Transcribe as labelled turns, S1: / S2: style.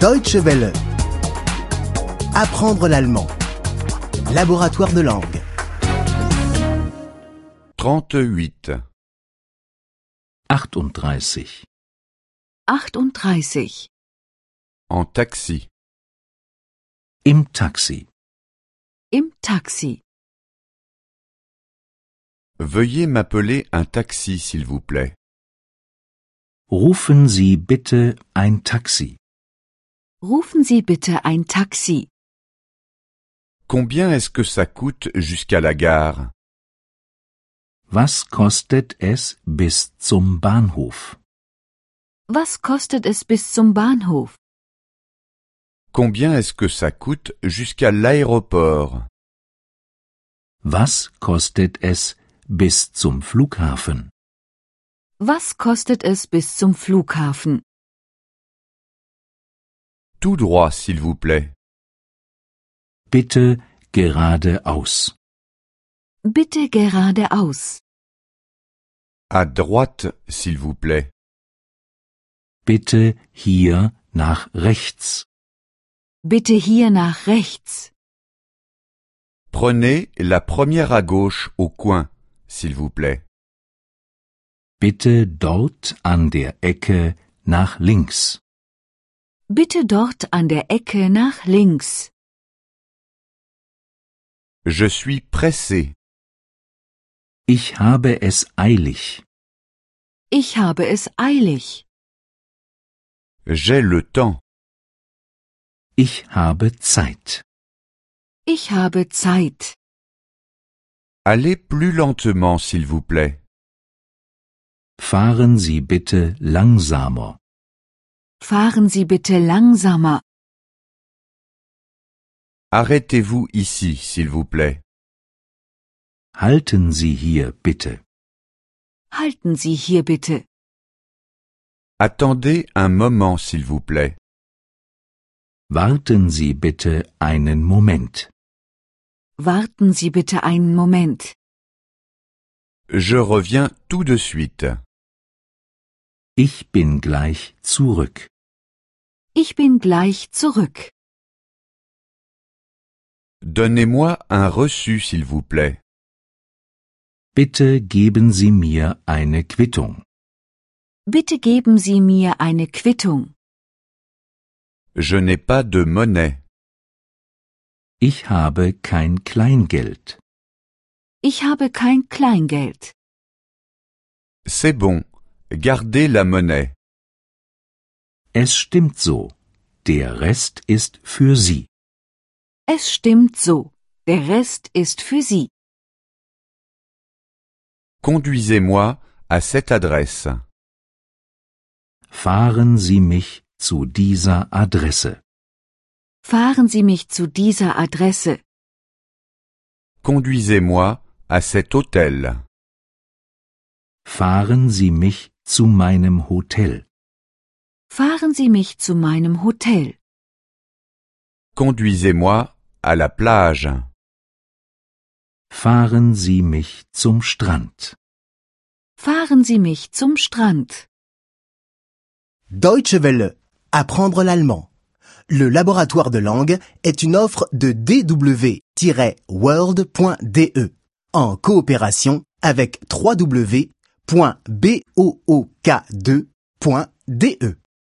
S1: Deutsche Welle. Apprendre l'allemand. Laboratoire de langue.
S2: 38.
S3: 38.
S4: 38.
S2: En taxi.
S3: Im Taxi.
S4: Im Taxi.
S2: Veuillez m'appeler un taxi, s'il vous plaît.
S3: Rufen Sie bitte ein Taxi.
S4: Rufen Sie bitte ein Taxi.
S2: Combien est-ce que ça coûte jusqu'à la gare
S3: Was kostet es bis zum Bahnhof?
S4: Was kostet es bis zum Bahnhof?
S2: Combien est-ce que ça coûte jusqu'à l'aéroport
S3: Was kostet es bis zum Flughafen?
S4: Was kostet es bis zum Flughafen?
S2: Tout droit, s'il vous plaît.
S3: Bitte geradeaus.
S4: Bitte geradeaus.
S2: À droite, s'il vous plaît.
S3: Bitte hier nach rechts.
S4: Bitte hier nach rechts.
S2: Prenez la première à gauche au coin, s'il vous plaît.
S3: Bitte dort an der Ecke nach links.
S4: Bitte dort an der Ecke nach links.
S2: Je suis pressé.
S3: Ich habe es eilig.
S4: Ich habe es eilig.
S2: J'ai le temps.
S3: Ich habe Zeit.
S4: Ich habe Zeit.
S2: Allez plus lentement, s'il vous plaît.
S3: Fahren Sie bitte langsamer.
S4: Fahren Sie bitte langsamer.
S2: Arrêtez-vous ici, s'il vous plaît.
S3: Halten Sie hier bitte.
S4: Halten Sie hier bitte.
S2: Attendez un moment, s'il vous plaît.
S3: Warten Sie bitte einen Moment.
S4: Warten Sie bitte einen Moment.
S2: Je reviens tout de suite.
S3: Ich bin gleich zurück.
S4: Ich bin gleich zurück.
S2: Donnez-moi un reçu, s'il vous plaît.
S3: Bitte geben Sie mir eine Quittung.
S4: Bitte geben Sie mir eine Quittung.
S2: Je n'ai pas de monnaie.
S3: Ich habe kein Kleingeld.
S4: Ich habe kein Kleingeld.
S2: C'est bon. Gardez la monnaie.
S3: Es stimmt so. Der Rest ist für Sie.
S4: Es stimmt so. Der Rest ist für Sie.
S2: Conduisez-moi à cette adresse.
S3: Fahren Sie mich zu dieser Adresse.
S4: Fahren Sie mich zu dieser Adresse.
S2: Conduisez-moi à cet hôtel.
S3: Fahren Sie mich zu meinem Hotel.
S4: Fahren Sie mich zu meinem Hotel.
S2: Conduisez-moi à la plage.
S3: Fahren Sie mich zum Strand.
S4: Fahren Sie mich zum Strand.
S1: Deutsche Welle. Apprendre l'allemand. Le laboratoire de langue est une offre de dw-world.de E en coopération avec www.book2.de.